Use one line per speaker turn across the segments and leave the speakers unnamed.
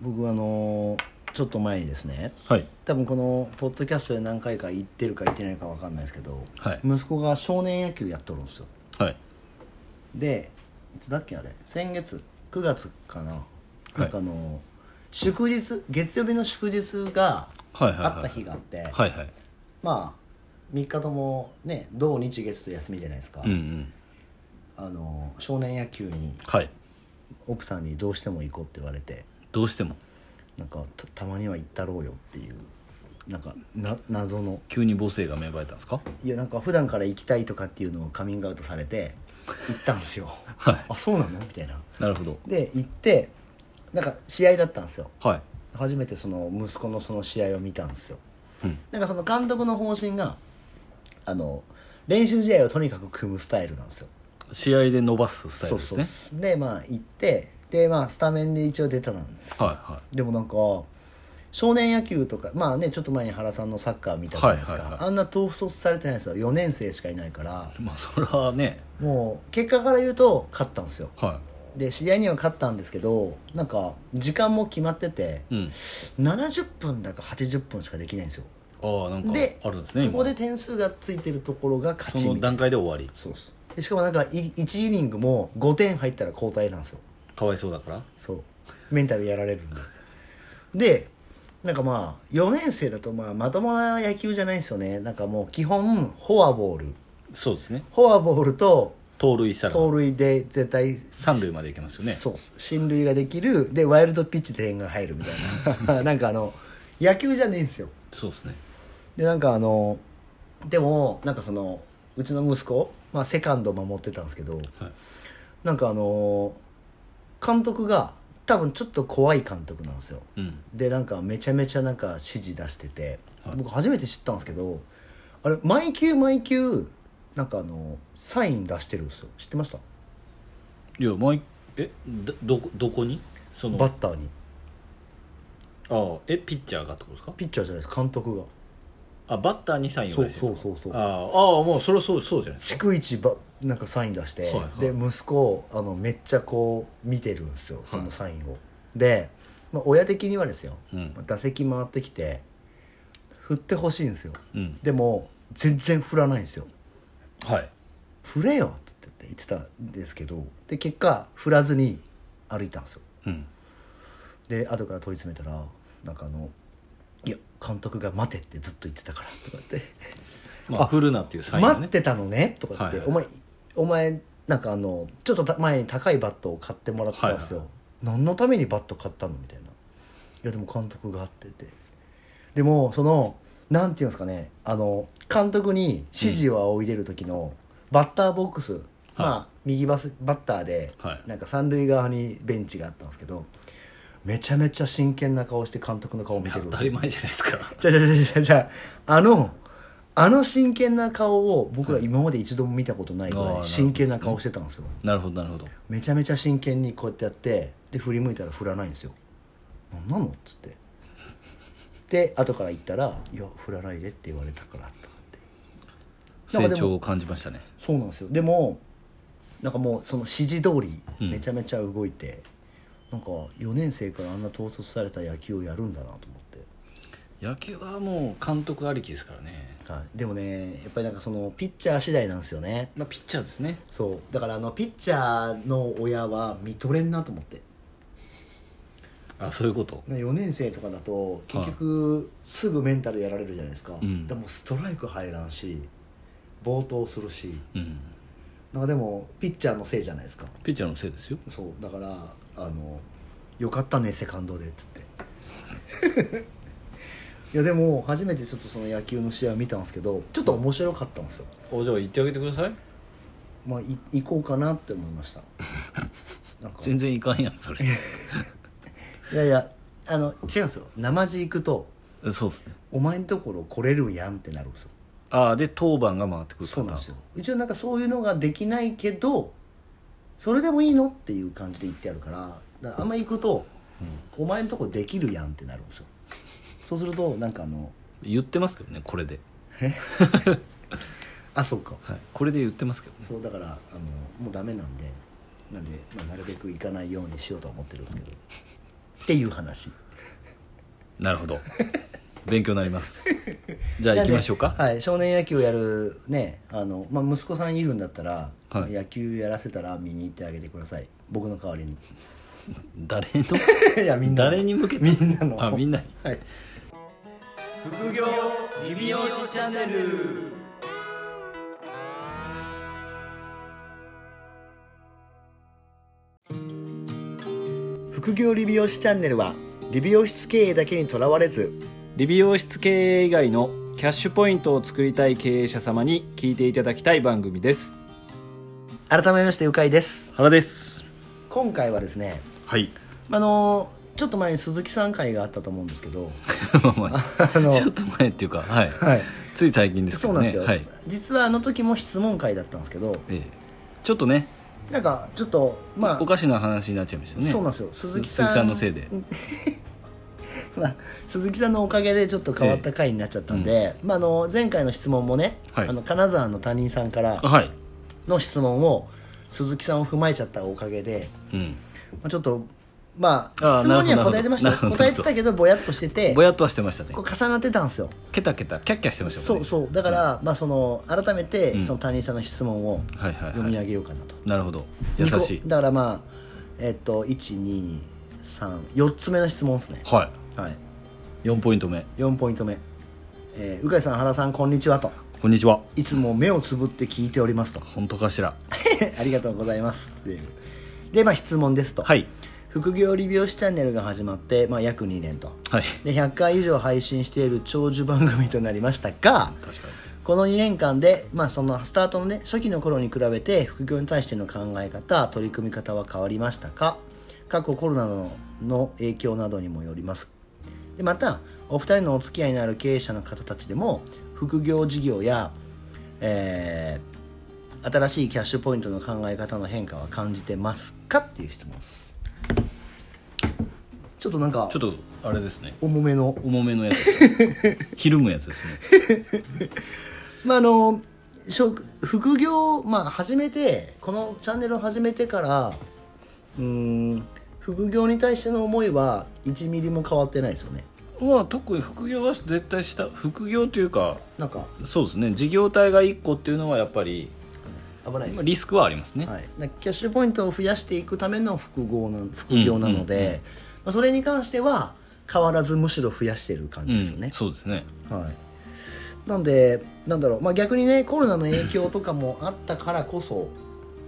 僕はあのちょっと前にですね
はい
多分このポッドキャストで何回か言ってるか言ってないか分かんないですけど、
はい
息子が少年野球やっとるんですよ
はい
でいつだっけあれ先月9月かな、
い
なんかあの祝日月曜日の祝日が
はいはいはい
あった日があって、
はいはい
まあ3日ともね土日月と休みじゃないですか、
うんうん
あの少年野球に
はい
奥さんにどうしても行こうって言われて
どうしても
なんかたたまには行ったろうよっていうなんかな謎の
急に母性が芽生えたんですか
いやなんか普段から行きたいとかっていうのをカミングアウトされて行ったんですよ
はい
あそうなのみたいな
なるほど
で行ってなんか試合だったんですよ
はい
初めてその息子のその試合を見たんですよ、
うん
なんかその監督の方針があの練習試合をとにかく組むスタイルなんですよ
試合で伸ばすスタイルです
そ
ね
うそうでまあ行ってでまあスタメンで一応出たんです
はいはい
でもなんか少年野球とかまあねちょっと前に原さんのサッカー見たじゃないですか、
はいはいはい
あんな統率されてないんですよ4年生しかいないから
まあそれはね
もう結果から言うと勝ったんですよ
は
で試合には勝ったんですけどなんか時間も決まってて
いうん
70分だか80分しかできないんですよ
ああなんか
で
あるんですね
そこで
今
点数がついてるところが勝ち
そ
み
の
たい
段
な
階で終わり
そうですでしかもなんか1イニングも5点入ったら交代なんですよ
かわいそうだから
そうメンタルやられるんででなんかまあ4年生だとまあまともな野球じゃないんですよねなんかもう基本フォアボール
そうですね
フォアボールと
盗塁したら
盗塁で絶対
三塁まで行けますよね
そう進塁ができるでワイルドピッチで点が入るみたい ななんかあの野球じゃねえんですよ
そうですね
でなんかあのでもなんかそのうちの息子、まあ、セカンド守ってたんですけど
はい
なんかあの監督が多分ちょっと怖い監督なんですよ
うん
でなんかめちゃめちゃなんか指示出してて、
はい
僕初めて知ったんですけどあれ毎球毎球なんかあのサイン出してるんですよ知ってました
いやもういえどどこどこにその
バッターに
ああえピッチャーがってことですか
ピッチャーじゃないです監督が
あバッターにサインを出してるんですか
そうそうそうそう
ああああもうそれそうそうじゃないです
逐一ばなんかサイン出して、
はいはい
で息子あのめっちゃこう見てるんですよそのサインを、で、まあ、親的にはですよ、
うん
打席回ってきて振ってほしいんですよ
かうん
でも全然振らないんですよ
はい
振れよっつって言ってたんですけどで結果振らずに歩いたんですよ
うん
で後から問い詰めたらなんかあの「いや監督が待て」ってずっと言ってたからとかって
まあ振るなっていう
「
サインを
待っ
ね
てたのね」とかって、
はい
お前お前なんかあのちょっとた前に高いバットを買ってもらってたんですよ、
は
何のためにバット買ったのみたいな「いやでも監督が」っててでもそのなんていうんですかねあの監督に指示を仰いでる時の、バッターボックス、まあ右バスバッターで、
はい
なんか三塁側にベンチがあったんですけどめちゃめちゃ真剣な顔して監督の顔を見てるん
当
で
た
す
り
よ
前じゃないですか
じゃあじゃあじゃあじゃあじゃああのあの真剣な顔を僕ら今まで一度も見たことないぐ
あーな
ら
るほ
い
ど
真剣な顔してたんですよ
なるほどなるほど
めちゃめちゃ真剣にこうやってやってで振り向いたら振らないんですよ「何なの?」っつってで後から言ったら「いや振らないで」って言われたからとかってなんかで
成
も
長を感じましたね
そうなんですよでもなんかもうその指示通り
うん
めちゃめちゃ動いて、なんか4年生からあんな統率された野球をやるんだなと思っ
野球はもう監督ありきですからね、
て、はい、でもねやっぱりなんかそのピッチャー次第なんですよね
まあ、ピッチャーですね
そうだからあのピッチャーの親は見とれんなと思って
あそういうこと
4年生とかだと結局すぐメンタルやられるじゃないですか、
うん
でもストライク入らんし暴投するし
うん
なんかでもピッチャーのせいじゃないですか
ピッチャーのせいですよ
そうだからあの「よかったねセカンドで」っつって いやでも初めてちょっとその野球の試合を見たんですけどちょっと面白かったんですよ
おじゃあ言ってあげてください
まあい行こうかなって思いま したなんか
全然いかんやんそ れ
いやいやあの違うんですよ生地行くと
そうですね
「お前んところ来れるやん」ってなるんですよ
ああで当番が回ってくるパタ
そ
ーン
うなんですよ一応なんかそういうのができないけどそれでもいいのっていう感じで言ってあるからだからあんま行くと、お前んとこできるやん」ってなるんですよそうするとなんかあの
言ってますけどねこれで、
あそうか
はい、これで言ってますけどね
そうだからあのもうダメなんでなんで、まあ、なるべく行かないようにしようとは思ってるんですけどっていう話
なるほど勉強になり ますじゃあ行きましょうか、
なんではい、少年野球やるねあの、まあ、息子さんいるんだったら、
はい
野球やらせたら見に行ってあげてください僕の代わりに
誰
いやみんな
の
の
誰に向け て
みんなの
あみんな
はい
副業リビオシチャンネル
副業理美容師チャンネルは理美容室経営だけにとらわれず
理美容室経営以外のキャッシュポイントを作りたい経営者様に聞いていただきたい番組です
改めましてうかいです
原です
今回はですね
はい
あのちょっと前に鈴木さん会があったと思うんですけど
まあまあ
あの
ちょっと前っていうかはい
はい
つい最近ですけ
そうな
ど
ん
ね
ですよ、
はい
実はあの時も質問会だったんですけど
ええちょっとね
なんかちょっとまあ
おかしな話になっちゃいましたね
そうなんですよ鈴木さん
のせいで
まあ、鈴木さんのおかげでちょっと変わった回になっちゃったんで、まあ、あの前回の質問もね、
はい
あの金沢の他人さんから
あはい
の質問を鈴木さんを踏まえちゃったおかげで、
うん
まあ、ちょっとまあ
あー
質問には
なるほど
答えてましたよ
なるほど
答えてたけどぼやっとしてて
ぼやっとはしてましたね
こう重なってたんですよ
ケタケタキャッキャしてました
そう
う
そうだから、まあ、その改めて
うん
その他人さんの質問を
はいはい
読
は
み
い
上げようかなと、
なるほど優
二個
しい
だからまあえっと1234つ目の質問ですね
は
はい
い4ポイント目
4ポイント目「えー、うかいさん原さんこんにちは」と
こんにちは
「いつも目をつぶって聞いております」と
本当かしら
「ありがとうございます」っていうでまあ質問ですと、
はい
副業理美容師チャンネルが始まって、まあ、約2年と
はい
で100回以上配信している長寿番組となりましたが
確かに
この2年間で、まあ、そのスタートのね初期の頃に比べて副業に対しての考え方取り組み方は変わりましたか過去コロナのの影響などにもよりますでまたお二人のお付き合いのある経営者の方たちでも副業事業や、えー新しいキャッシュポイントの考え方の変化は感じてますかっていう質問ですちょっとなんか
ちょっとあれですね
重めの
重めのやつですね ひるむやつですね
まああの職副業まあ始めてこのチャンネルを始めてからうーん副業に対しての思いは1ミリも変わってないですよね
まあ特に副業は絶対した副業というか
なんか
そうですね事業体が1個っていうのはやっぱり
危ないで
まあ
す、
リスクはありますね、
はい、なんかキャッシュポイントを増やしていくための副業な副業なので、まあ、それに関しては変わらずむしろ増やしてる感
う
じ
ん
ですよね、
そうですね
はいなんでなんだろう、まあ、逆にねコロナの影響とかもあったからこそ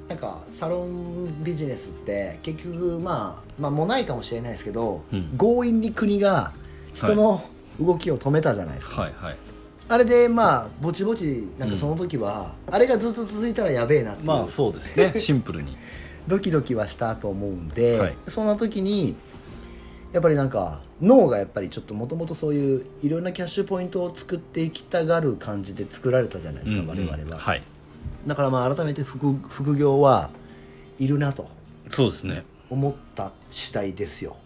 なんかサロンビジネスって結局、まあ、まあもうないかもしれないですけど、
うん
強引に国が人の動きを止めたじゃないですか、
はいはい
あれでまあぼちぼちなんかその時は、あれがずっと続いたらやべえなっていう、
まあそうですねシンプルに
ドキドキはしたと思うんで、
はい
そんな時にやっぱりなんか脳がやっぱりちょっともともとそういういろんなキャッシュポイントを作っていきたがる感じで作られたじゃない ですか、
うん
我々は、
はい
だからまあ改めて副副業はいるなと
そうですね
思った次第ですよ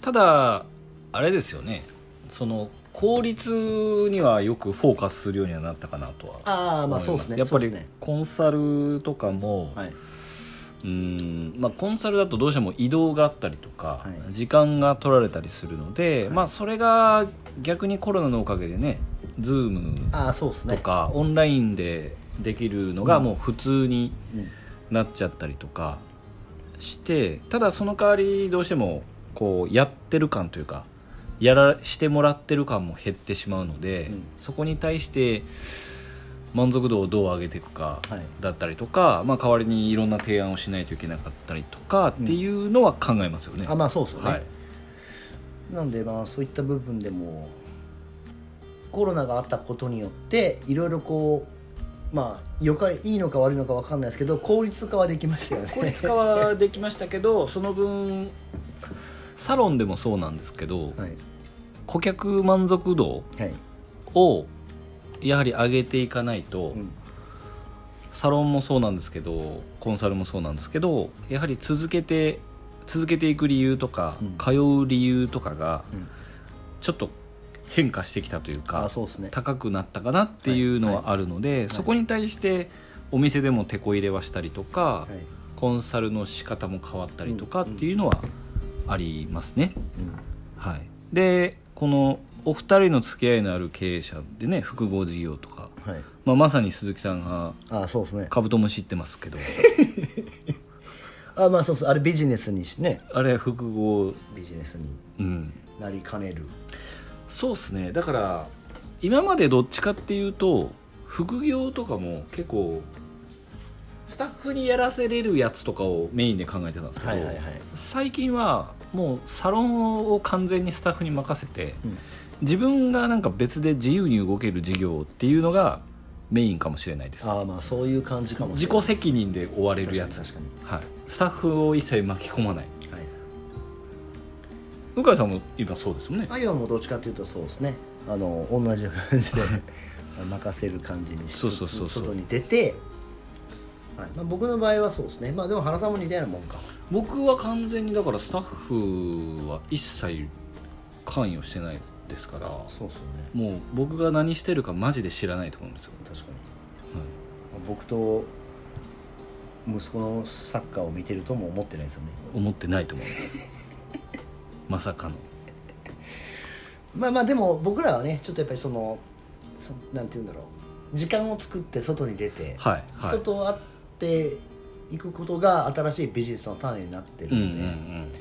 ただあれですよねその効率にはよくフォーカスするようにはなったかなとは
ああまあ
思い
そう
ま
ですね
やっぱ
そう
り
っすね
コンサルとかも、
はいう
ーんまあ、コンサルだとどうしても移動があったりとか、
はい
時間が取られたりするので、
はい
まあ、それが逆にコロナのおかげでね Zoom
ああそうですね
とか、オンラインでできるのがもう普通に
うん
なっちゃったりとかしてただその代わりどうしてもこうやってる感というかやらしてもらってる感も減ってしまうので、
うん
そこに対して満足度をどう上げていくか
はい
だったりとか、まあ、代わりにいろんな提案をしないといけなかったりとかっていうのは考えますよね。
あまあそうですよね、
はい、
なんでまあそういった部分でもコロナがあったことによっていろいろこうまあよかいいのか悪いのかわかんないですけど効率化はできましたよね
効率化はできましたけどその分サロンでもそうなんですけど、
はい
顧客満足度
はい、
をやはり上げていかないと、
うん
サロンもそうなんですけどコンサルもそうなんですけどやはり続けて続けていく理由とか、
うん
通う理由とかが
うん
ちょっと変化してきたという
あ
か
そうですね
高くなったかなっていうのはあるので、そこに対してお店でも手こ入れはしたりとか、
はい
コンサルの仕方も変わったりとか
う
っ
ん
ていうのはありますね。
うん
はい、でこのお二人の付き合いのある経営者でね複合事業とか、
はい、
まあ、まさに鈴木さんが
ああそうですね
カブトムシ言ってますけど
あまあそうそうあれビジネスにしね
あれ複合
ビジネスに
うん
なりかねる
そうっすねだから今までどっちかっていうと副業とかも結構スタッフにやらせれるやつとかをメインで考えてたんですけど、
はいはいはい
最近はもうサロンを完全にスタッフに任せて、
うん
自分がなんか別で自由に動ける事業っていうのがメインかもしれないです
ああまあそういう感じかもし
自
れない
己責任で追われるやつ、
確かに
はい、スタッフを一切巻き込まない
確かに、はい
向井さんも今そうですもんね
あイオンもどっちかっていうとそうですねあの同じ感 じで任せる感じにしつつ
そうそうそうそう
外に出て、はいまあ、僕の場合はそうですねまあでも原さんも似たようなもんか
僕は完全にだからスタッフは一切関与してないですから
そうですよね
もう僕が何してるかマジで知らないと思うんですよ、
確かに
はい
僕と息子のサッカーを見てるとも思ってないですよね
思ってないと思う まさかの
まあまあでも僕らはねちょっとやっぱりそのそなんて言うんだろう時間を作って外に出て、
はいはい
人と会っていくことが新しいビジネスの種になってる
うんうん
ので、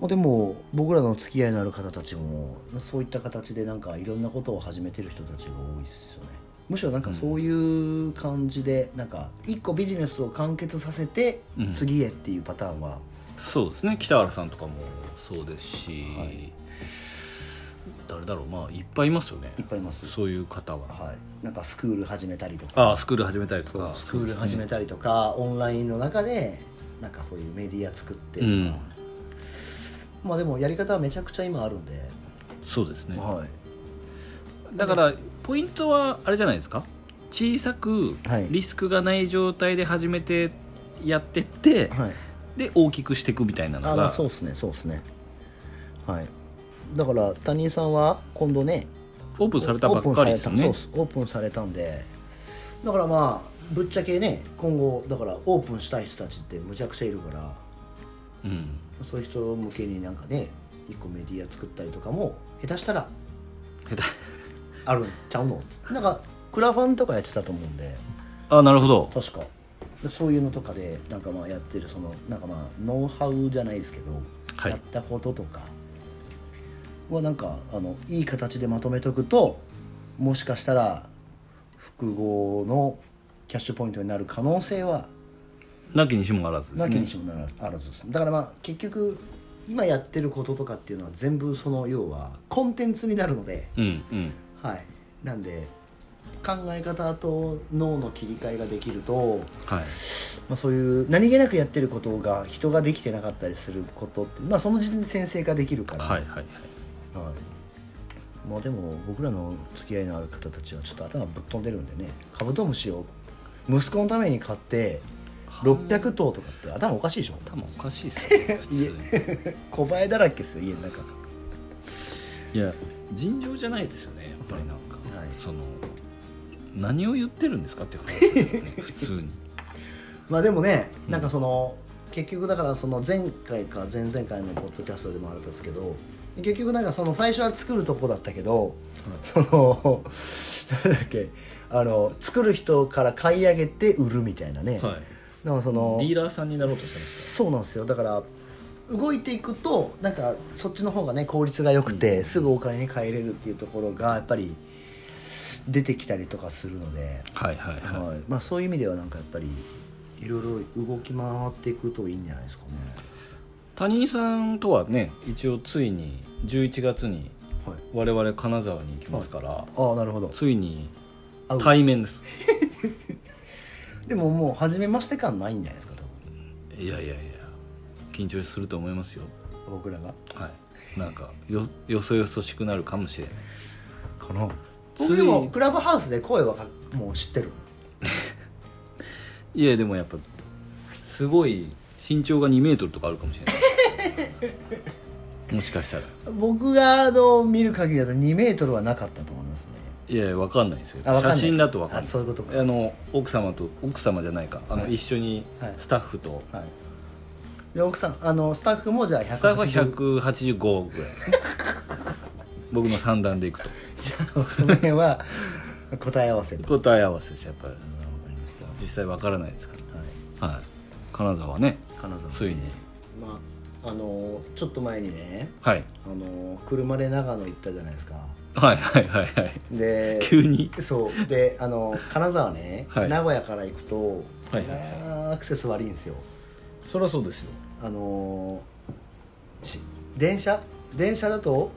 もうでも僕らの付き合いのある方たちもそういった形でなんかいろんなことを始めてる人たちが多いですよねむしろなんかそういう感じでなんか一個ビジネスを完結させて
うん
次へっていうパターンは、
そうですね北原さんとかもそうですし、
はい
誰だろうまあいっぱいいますよね
いっぱいいます
そういう方は
はい、なんかスクール始めたりとか
ああスクール始めたりと
そう
か
スクール始め
た
たりとか、オンラインの中でなんかそういうメディア作ってとか、
うん
まあでもやり方はめちゃくちゃ今あるんで、
そうですね
はい
だからポイントはあれじゃないですか小さく
はい
リスクがない状態で始めてやってって、
はい
で大きくしていくみたいな
あ
の
まあ
が
そうですねそうですねはいだから谷井さんは今度ね
オープンされたばっかりです
オープンさ
よ
れたそう
ね
っすオープンされたんでだからまあぶっちゃけね今後だからオープンしたい人たちってむちゃくちゃいるから
うん
そういう人向けになんかね一個メディア作ったりとかも下手したら
下手
あるんちゃうのつってなんかクラファンとかやってたと思うんで
あなるほど
確かでそういうのとかでなんかまあやってるそのなんかまあノウハウじゃないですけど、
はい
やったこととかはなんかあのいい形でまとめとくともしかしたら複合のキャッシュポイントになる可能性は
なきにしもあらずで
な
す
き
ね
にしもならあらずです、だからまあ結局今やってることとかっていうのは全部その要はコンテンツになるので
うんうん
はいなんで考え方と脳の切り替えができると
はい
まあ、そういう何気なくやってることが人ができてなかったりすることって、まあ、その時点で先生ができるから、
はいはいはい
はいまあ、でも僕らの付き合いのある方たちはちょっと頭ぶっ飛んでるんでねカブトムシを息子のために買って600頭とかって頭おかしいでしょ
多分おかしいですよね普通に
小映えだらけですよ家の中
いや尋常じゃないですよねやっぱりなんか、
はい
その何を言ってるんですかって話ですよね普通に
まあでもねなんかその、結局だからその前回か前々回のポッドキャストでもあるんですけど結局なんかその最初は作るとこだったけど、そのなんだっけあの作る人から買い上げて売るみたいなね、
はい
なんかその
ディーラーさんになろうとして
そうなんですよだから動いていくとなんかそっちの方がね効率が良くて、すぐお金に換えれるっていうところがやっぱり出てきたりとかするので。
ますはいはいはい、
はいまあ、そういう意味ではなんかやっぱりいろいろ動き回っていくといいんじゃないですかね
谷井さんとはね一応ついに11月に
はい
我々金沢に行きますから、
ああなるほど
ついに
会う
対面です
でももう初めまして感ないんじゃないですか
いやいやいや緊張すると思いますよ
多分僕らが
はいなんかよよそよそしくなるかもしれない
かな
つ
僕
い
でもクラブハウスで声はかもう知ってる
いやでもやっぱすごい身長が2メートルとかあるかもしれないもしかしたら
僕があの見る限りだと2メートルはなかったと思いますね
いやいや分かんないですよ
あわかんない
写
です
真だと分かんない
あそういうことか
あの奥様と奥様じゃないかあの、一緒に
はい
スタッフと、
はいで奥さんあのスタッフもじゃあ180
スタッフは185ぐ らいですね僕の三段でいくと
じゃあその辺は答え合わせと
答え合わせですやっぱ
あ
り
わかりました
実際わからないですか
はい
らはい金沢ね
金沢
ついに
まああのちょっと前にね
はい
あの車で長野行ったじゃないですか
はいはいはいはい
で
急に
そうであの金沢ね、
はい
名古屋から行くと、
はいはい
あーアクセス悪いんですよ
そりゃそうですよ
あのーし電車電車だと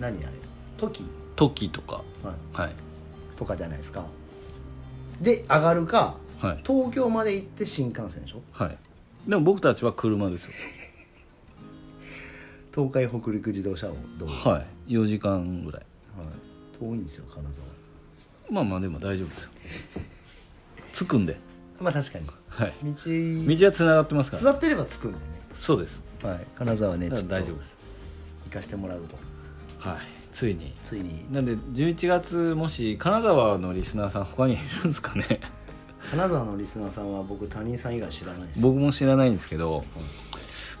何あれ時、
時とか
はい、
はい
とかじゃないですかで上がるか
はい
東京まで行って新幹線でしょ
はいでも僕たちは車ですよ
東海北陸自動車道、はい
はい4時間ぐらい
遠いんですよ金沢
まあまあでも大丈夫ですよ着くんで
まあ確かに
はい
道
道は繋がってますから
座ってれば着くんでね、
そうです
はい、金沢ね
だ
ちょ
か
っ
ら
と
大丈夫
行
です
かしてもらうと
はいついに
ついに
なんで11月もし金沢のリスナーさん他にいるんですかね
金沢のリスナーさんは僕他人さん以外知らないです
僕も知らないんですけど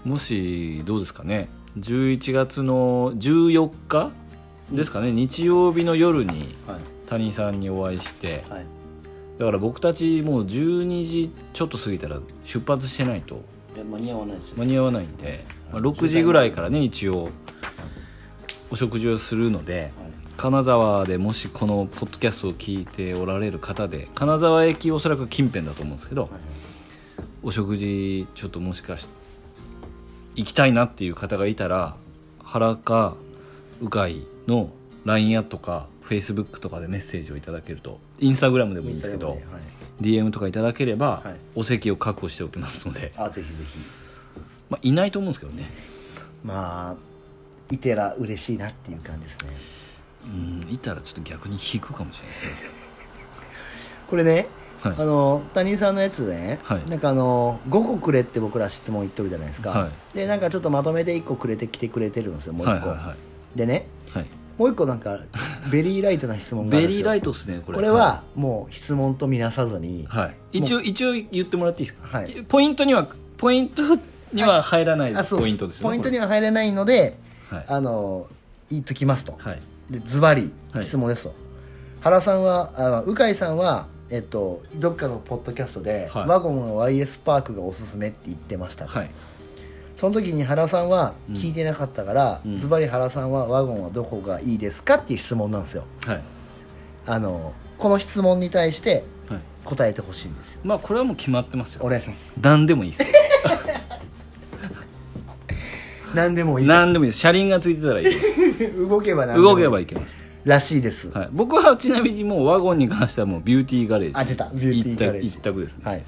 もしどうですかね11月の14日ですかね、日曜日の夜に
はい
谷さんにお会いして
はい
だから僕たちもう12時ちょっと過ぎたら出発してないと
いや間に合わないですよ
間に合わないんで、まあ、6時ぐらいからね一応お食事をするので
はい
金沢でもしこのポッドキャストを聞いておられる方で金沢駅おそらく近辺だと思うんですけど
はい
お食事ちょっともしかして行きたいなっていう方がいたら原か鵜飼の LINE アットか Facebook とかでメッセージをいただけるとインスタグラムでもいいんですけど、
インスタグラム
DM とかいただければ、
はい
お席を確保しておきますので、
ではいあぜひぜひ
まあ、いないと思うんですけどね
まあいてら嬉しいなっていう感じですね
うんいたらちょっと逆に引くかもしれないですね
これね、
はい
あの他人さんのやつでね、
はい
なんかあの5個くれって僕ら質問言ってるじゃないですか、
は
でなんかちょっとまとめて1個くれてきてくれてるんですよもう
はい
1
は
個、
いは
でね
い、はい、
もう1個なんかベリーライトな質問がある
ベ
んです
リ
よ
ーライトですねこれ
これはもう質問と見なさずに、
はい、一応一応言ってもらっていいですか、
はい
ポイントにはポイントには入らない
あそう
ポイントですよね
ポイント
これ
には入れないので、
はい
あの言っときますと、
はい
でズバリ
はい
質問ですと、原さんはあ鵜飼さんはえっとどっかのポッドキャストで、
はい
ワゴンの YS パークがおすすめって言ってました、
はい
その時に原さんは聞いてなかったから、
うん
ズバリ原さんはワゴンはどこがいいですかっていう質問なんですよ
はい
あのこの質問に対して
はい
答えてほしいんですよ
まあこれはもう決まってますよ
お願いします
何でもいいです
何でもいい
何でもいいです車輪がついてたらいいで す
動けば何でも
動
いい
けばいけます、
らしいです
はい、僕はちなみにもうワゴンに関してはもうビューティーガレージ
あ出たビューティーガレージ
一択一択ですね、
はい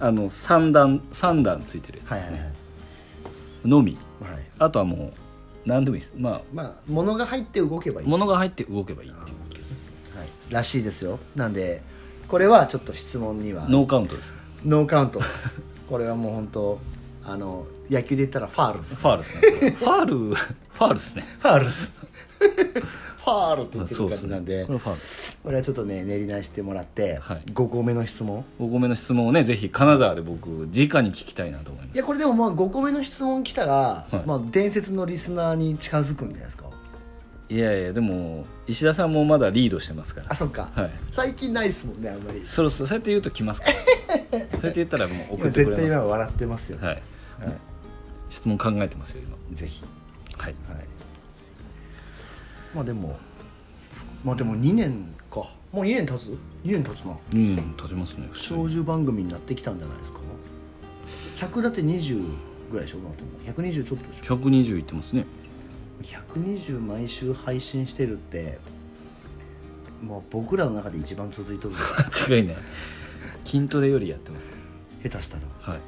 あの3段三段ついてるやつ
はい
で
は
す
い
ね、
はい
のみ
はい
あとはもう何でもいいですまあ
まあ物が入って動けばいい、は
物が入って動けばいいっていうことです
い、らしいですよなんでこれはちょっと質問には
ノーカウントです
ノーカ ウントっすこれはもう本当あの野球で言ったらファール ス
ファールですねファールファールですね
ファール スファールって言って
そ
る
うで
感
す
じ
ね
なんで
これファール
これはちょっとね練り直してもらって、
はい
5個目の質問
5個目の質問をねぜひ金沢で僕直に聞きたいなと思いま
い
す
やこれでもまあ5個目の質問来たら、
はい
まあ、伝説のリスナーに近づくんじゃないですか
いやいやでも石田さんもまだリードしてますから
あそっか、
はい
最近ないですもんねあんまり
そろそろそうやって言うと来 ますからそうやって言ったらも
今
う送ってく
絶対
れ
今
ま
笑ってますよ、
すはい
は
質問考えてますよ今
い、ぜひ
はい
はい、まあでもまあでも2年かもう2年経つ2年経つな
うん立ちますね普通
長寿番組になってきたんじゃないですか100だって20ぐらいでしょだってもう120ちょっとでしょ
120いってますね
120毎週配信してるってまあ僕らの中で一番続いとる
間違いない 筋トレよりやってますね
下手したら
はい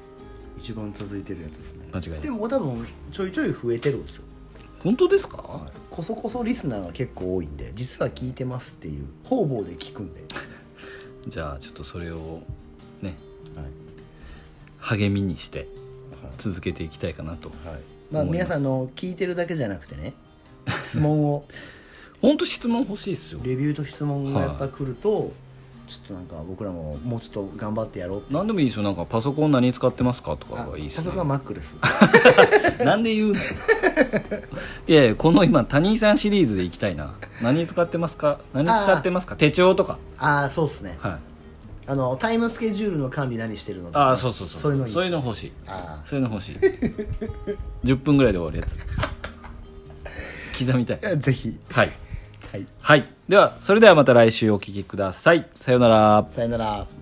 一番続いてるやつですね
間違いない
でも多分ちょいちょい増えてるんですよ
本当ですか
こそこそリスナーが結構多いんで実は聞いてますっていう方々で聞くんで、
じゃあちょっとそれをね
はい
励みにして
はい
続けていきたいかなと
はい、まあ
思い
皆
ます
さんあの聞いてるだけじゃなくてね質問を
本当質問欲しいですよ
レビューと質問がやっぱ来ると、ちょっとなんか僕らももうちょっと頑張ってやろうって
何でもいいですよなんかパソコン何使ってますかとか
あ
がいいです
パソ
ね
コンはマックです
なんで言うの いやいやこの今他人さんシリーズでいきたいな何使ってますか何使ってますか手帳とか
ああそうですね
はい
あのタイムスケジュールの管理何してるのとか
ああそうそうそう
そういうのいいっす
そういうの欲しい
あ
そういうの欲しい10分ぐらいで終わるやつ 刻みたい
あいやぜひ
はい
はい
はいではそれではまた来週お聞きくださいさようなら
さよなら